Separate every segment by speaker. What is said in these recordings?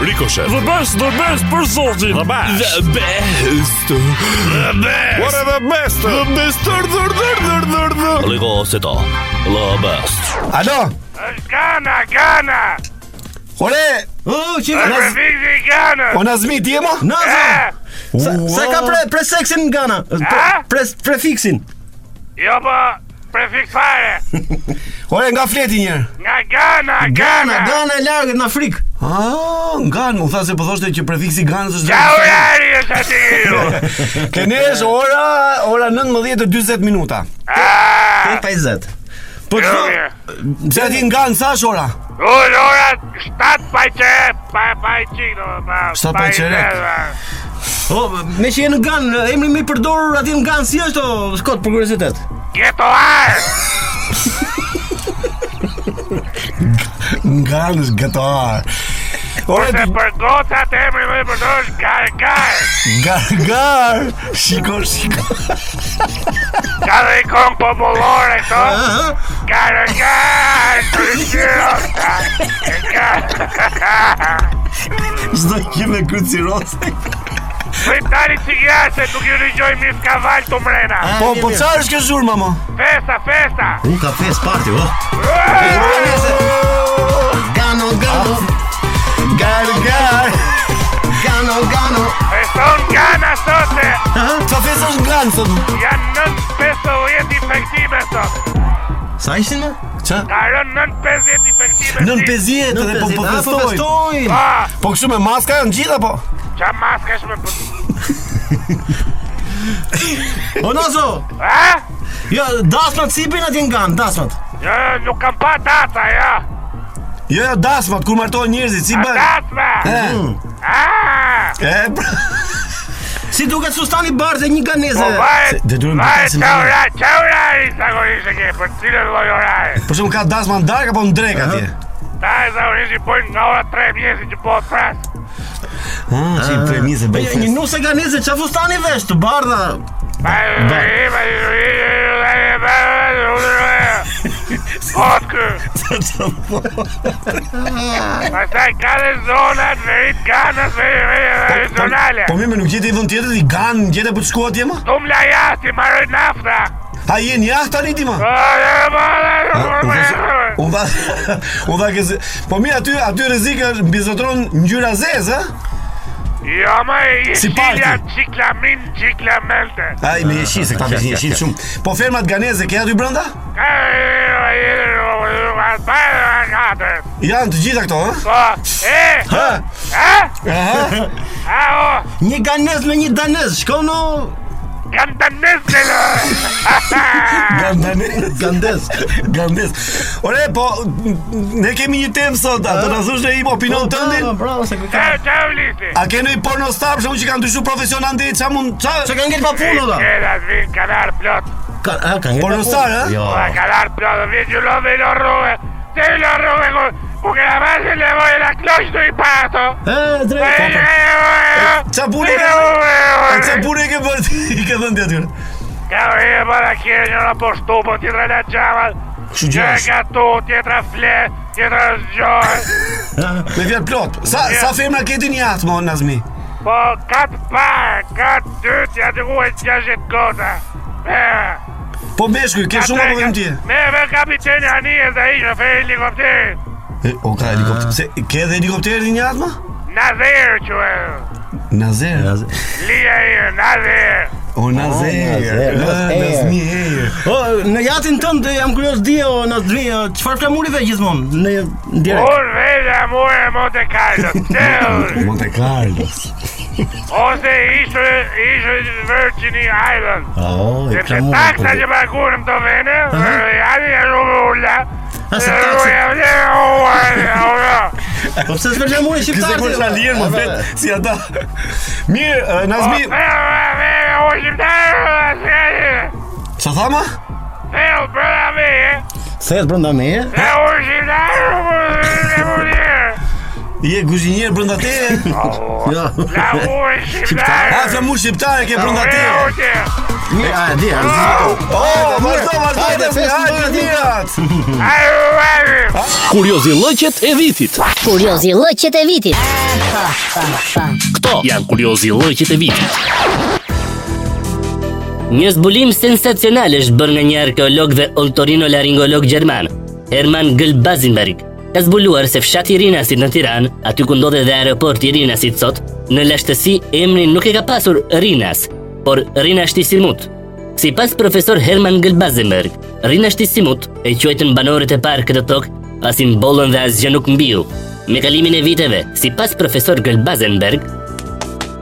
Speaker 1: Ricochet.
Speaker 2: The best, the best për zotin.
Speaker 1: The best.
Speaker 2: The best. The best.
Speaker 1: What are the best?
Speaker 2: The best. Dër, dër, dër, dër, dër, dër.
Speaker 1: Ricochet. The best.
Speaker 3: Alo,
Speaker 4: Gana, gana.
Speaker 3: ore,
Speaker 5: Oh, çika.
Speaker 4: Përfizi gana.
Speaker 3: o Nazmi, ti e mo?
Speaker 5: Nazo. Sa, sa ka
Speaker 3: Ua.
Speaker 5: pre, preseksin në Ghana? Pre,
Speaker 4: A?
Speaker 5: pre, prefiksin.
Speaker 4: Jo po, prefiks fare.
Speaker 3: Ore, nga fleti njerë.
Speaker 4: Nga gana,
Speaker 5: Ghana,
Speaker 4: gana.
Speaker 5: Ghana e largët në Afrikë.
Speaker 3: Ah, nga në, më tha se po thoshte që prefiksi ganës është...
Speaker 4: Ja urari është aty ju.
Speaker 3: Kënesh, ora, ora 19.40 minuta.
Speaker 4: Ah,
Speaker 5: 50. Po
Speaker 4: jo,
Speaker 5: të
Speaker 4: mirë.
Speaker 3: Pse ti nga në sash ora?
Speaker 4: Unë ora 7 pa qerek, pa pa i qik, do të thënë,
Speaker 3: Shtat pa
Speaker 4: i
Speaker 3: qerek.
Speaker 4: zezë, a.
Speaker 5: O, me që je në Ghana, emri më i përdorur aty në Ghana si është o Skot për kuriozitet?
Speaker 4: Gjeto ar.
Speaker 3: Nga në është gatar. Ore,
Speaker 4: Se për gocat emri më i përdorësh gargar.
Speaker 3: gargar. Shiko, shiko.
Speaker 4: Ka dhe ikon popullore këto. Gargar.
Speaker 3: Çdo gjë me krycirose.
Speaker 4: Pritari cigare se nuk ju rigjoj mirë ka valë të mrena.
Speaker 3: Po, po çfarë është kjo zhurma mo?
Speaker 4: Festa, festa.
Speaker 5: Un kafe party, o. Gano, Gano,
Speaker 3: Gargar.
Speaker 5: Gano, Gano.
Speaker 4: Feston gana sote.
Speaker 3: Sa fesë është nga në sot?
Speaker 4: Janë nën 50 infektime sot.
Speaker 5: Sa ishin më?
Speaker 4: Ka rënë nën 50 infektime.
Speaker 3: Nën pezjet
Speaker 5: Në
Speaker 3: edhe po
Speaker 5: 50.
Speaker 3: po
Speaker 5: Ah, po
Speaker 3: festojnë.
Speaker 5: festojnë.
Speaker 4: Ah,
Speaker 3: Po kështu me maska janë gjitha po.
Speaker 4: qa maska është me për...
Speaker 5: O Nazo,
Speaker 4: A?
Speaker 5: jo, dasmat si bin atje në Ghana, dasmat.
Speaker 4: Jo, jo, nuk kam pa data, ja.
Speaker 3: Jo, jo, dasmat kur martohen njerëzit, si Eh, bën?
Speaker 4: Datme!
Speaker 3: E,
Speaker 5: Eh. Mm.
Speaker 4: Ah!
Speaker 3: e, pra.
Speaker 5: Si duket sustani barze një ganeze.
Speaker 4: Po vaje,
Speaker 3: se- dhe duhet më
Speaker 4: vaje
Speaker 3: pasim
Speaker 4: qa
Speaker 3: mirë.
Speaker 4: orari, qa orari zakonisht e ke, për cilën lloj orari.
Speaker 3: Për shumë ka dasma në darkë apo në drekë atje.
Speaker 4: Ta e zakonisht i bojnë nga ora 3 mjesi që po bëhet fras.
Speaker 3: Ah, si premise
Speaker 5: Po, jo, Një nusë ganeze, qa fustani vesh të bardha.
Speaker 4: Otkë Pastaj ka dhe zonat Verit ganës Regionale
Speaker 3: Po mirë, më nuk jeti i vend tjetër, i gan, gjete për të shkuar atje më?
Speaker 4: Tum la jasti marrë nafta
Speaker 3: A jeni jahtë tani ti më? Unë dha, unë dha kësë, po mirë aty, aty rrezika është mbi zotron ngjyra zezë, ë?
Speaker 4: Jo më i
Speaker 3: Si parti.
Speaker 4: shilja Qiklamin qiklamente
Speaker 3: Ai
Speaker 5: Ah,
Speaker 3: me jeshil se këta me jeshil shumë. Po fermat ganeze ke aty brenda? Janë të gjitha këto, ë?
Speaker 4: Po E
Speaker 3: Ha?
Speaker 4: E
Speaker 3: Aha.
Speaker 4: A o
Speaker 5: Një ganez me një danez, shkon o
Speaker 4: Kam të nësë
Speaker 3: Gandane,
Speaker 5: gandez.
Speaker 3: gandez. Ore, po ne kemi një temë sot, a do na thosh ne im opinon tëndin?
Speaker 5: Bravo, bravo, se kujtë.
Speaker 4: Ciao, ciao Lisi.
Speaker 3: A ke ndonjë porno star për shkakun që kanë ndryshuar profesionante, ç'a mund
Speaker 5: Çka
Speaker 3: ç'a?
Speaker 5: kanë ngel pa punë da?
Speaker 4: Era vin kanar plot.
Speaker 5: Ka, a, kanë ngel
Speaker 3: Por
Speaker 5: pa
Speaker 3: në
Speaker 5: punë.
Speaker 3: star, a?
Speaker 5: Jo.
Speaker 4: Va calar plot, vin ju lo ve lo robe. Se lo robe con porque la base le voy la cloche do i pato.
Speaker 5: E, drejt.
Speaker 3: Qa bune ka? A
Speaker 4: ka?
Speaker 3: ç'a punë ke bërë ti? I ke dhënë ti aty?
Speaker 4: Ka e para kje një në poshtu, po tjetra la gjama.
Speaker 3: Kështu
Speaker 4: Gjë e
Speaker 3: gjësh.
Speaker 4: gatu, tjetra fle, tjetra zgjoj.
Speaker 3: Me fjalë plot. Sa sa femra ke ti në jahtë, mo Nazmi?
Speaker 4: Po, katë parë, katë dytë, ja të guhe gjashit gota. Eh.
Speaker 3: Po meshkuj, ke shumë apo vetëm ti?
Speaker 4: Me me kapiteni Anijes dhe ishë fe helikopterit.
Speaker 3: E, O ka helikopter. Se ke edhe helikopterin në jahtë, mo?
Speaker 4: Nazir që e.
Speaker 3: Nazer.
Speaker 4: Lija e, Nazir.
Speaker 3: O Nazer.
Speaker 5: Nazer,
Speaker 3: Ah,
Speaker 5: Nazer.
Speaker 3: Nazmi Heyer.
Speaker 5: O, në jatin tënd e, jam kurioz di o Nazmi, o, çfarë flamurive gjithmonë në direkt.
Speaker 4: Unë vejda mure Monte Carlo, tëllë.
Speaker 3: Monte Carlos.
Speaker 4: Ose ishë, ishë Virgin é Island.
Speaker 5: Oh, e
Speaker 4: Sepse taksa që pagurim të vene, janë e rrugë ulla.
Speaker 5: A, se taksa-
Speaker 4: taksa...
Speaker 5: Po pse s'ka flamuri
Speaker 3: Këse
Speaker 5: shqiptar?
Speaker 3: kur
Speaker 5: ti?
Speaker 3: shna lirë, më flet, si ata. Mirë, eh, Nazmi,
Speaker 4: Ah, O shqiptarë, se né?
Speaker 3: që tha ma?
Speaker 4: Thellë brëda me,
Speaker 5: Se brenda me.
Speaker 4: né? é e o shqiptarë, e më një.
Speaker 3: Je kuzhinier brenda teje?
Speaker 5: Jo.
Speaker 4: La urë shqiptare!
Speaker 3: A flamush shqiptare ke brenda
Speaker 4: Urë
Speaker 3: teje?
Speaker 4: utje!
Speaker 5: Mirë, a e di, a
Speaker 3: Oh, vazhdo, vazhdo,
Speaker 5: Hajde,
Speaker 3: hajde,
Speaker 5: festë
Speaker 3: hajde,
Speaker 5: mbarë,
Speaker 3: mirat.
Speaker 4: Ajo, ajo!
Speaker 1: Kuriozi lëqet e vitit.
Speaker 6: Kuriozi lëqet e vitit.
Speaker 1: Këto janë kuriozi lëqet e vitit.
Speaker 7: Një zbulim sensacional është bërë nga një arkeolog dhe otorinolaringolog gjerman, Herman Gëllbazinberg. Ka zbuluar se fshati i Rinasit në Tiranë, aty ku ndodhet dhe aeroporti i Rinasit sot, në lashtësi emrin nuk e ka pasur Rinas, por Rinashti Simut. Sipas profesor Herman Gëllbazinberg, Rinashti Simut e quajtën banorët e parë këtë tokë pasi mbollën dhe asgjë nuk mbiu. Me kalimin e viteve, sipas profesor Gëllbazinberg,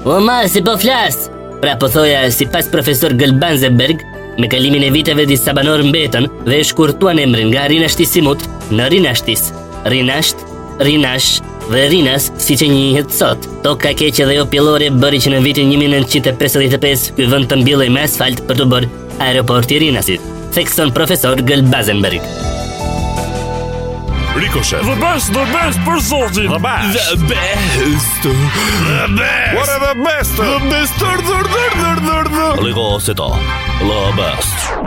Speaker 7: O ma, si po flas! Pra po thoja, si pas profesor Gëllbanzeberg, me kalimin e viteve disa banor mbetën dhe e shkurtuan emrin nga Rinashti Simut në Rinashtis. Rinasht, Rinash dhe Rinas si që njihet sot. Toka keqe dhe jo pjellore bëri që në vitin 1955 ky vënd të mbillej me asfalt për të bërë aeroporti i Rinasit. Thekson profesor Gëllbazenberg.
Speaker 2: Ricochet. The best, the best për zotin. The best. The best. The best. What are the best? The best. Dur, dur, dur, dur, dur, dur.
Speaker 1: Lëgo se to. Lë best.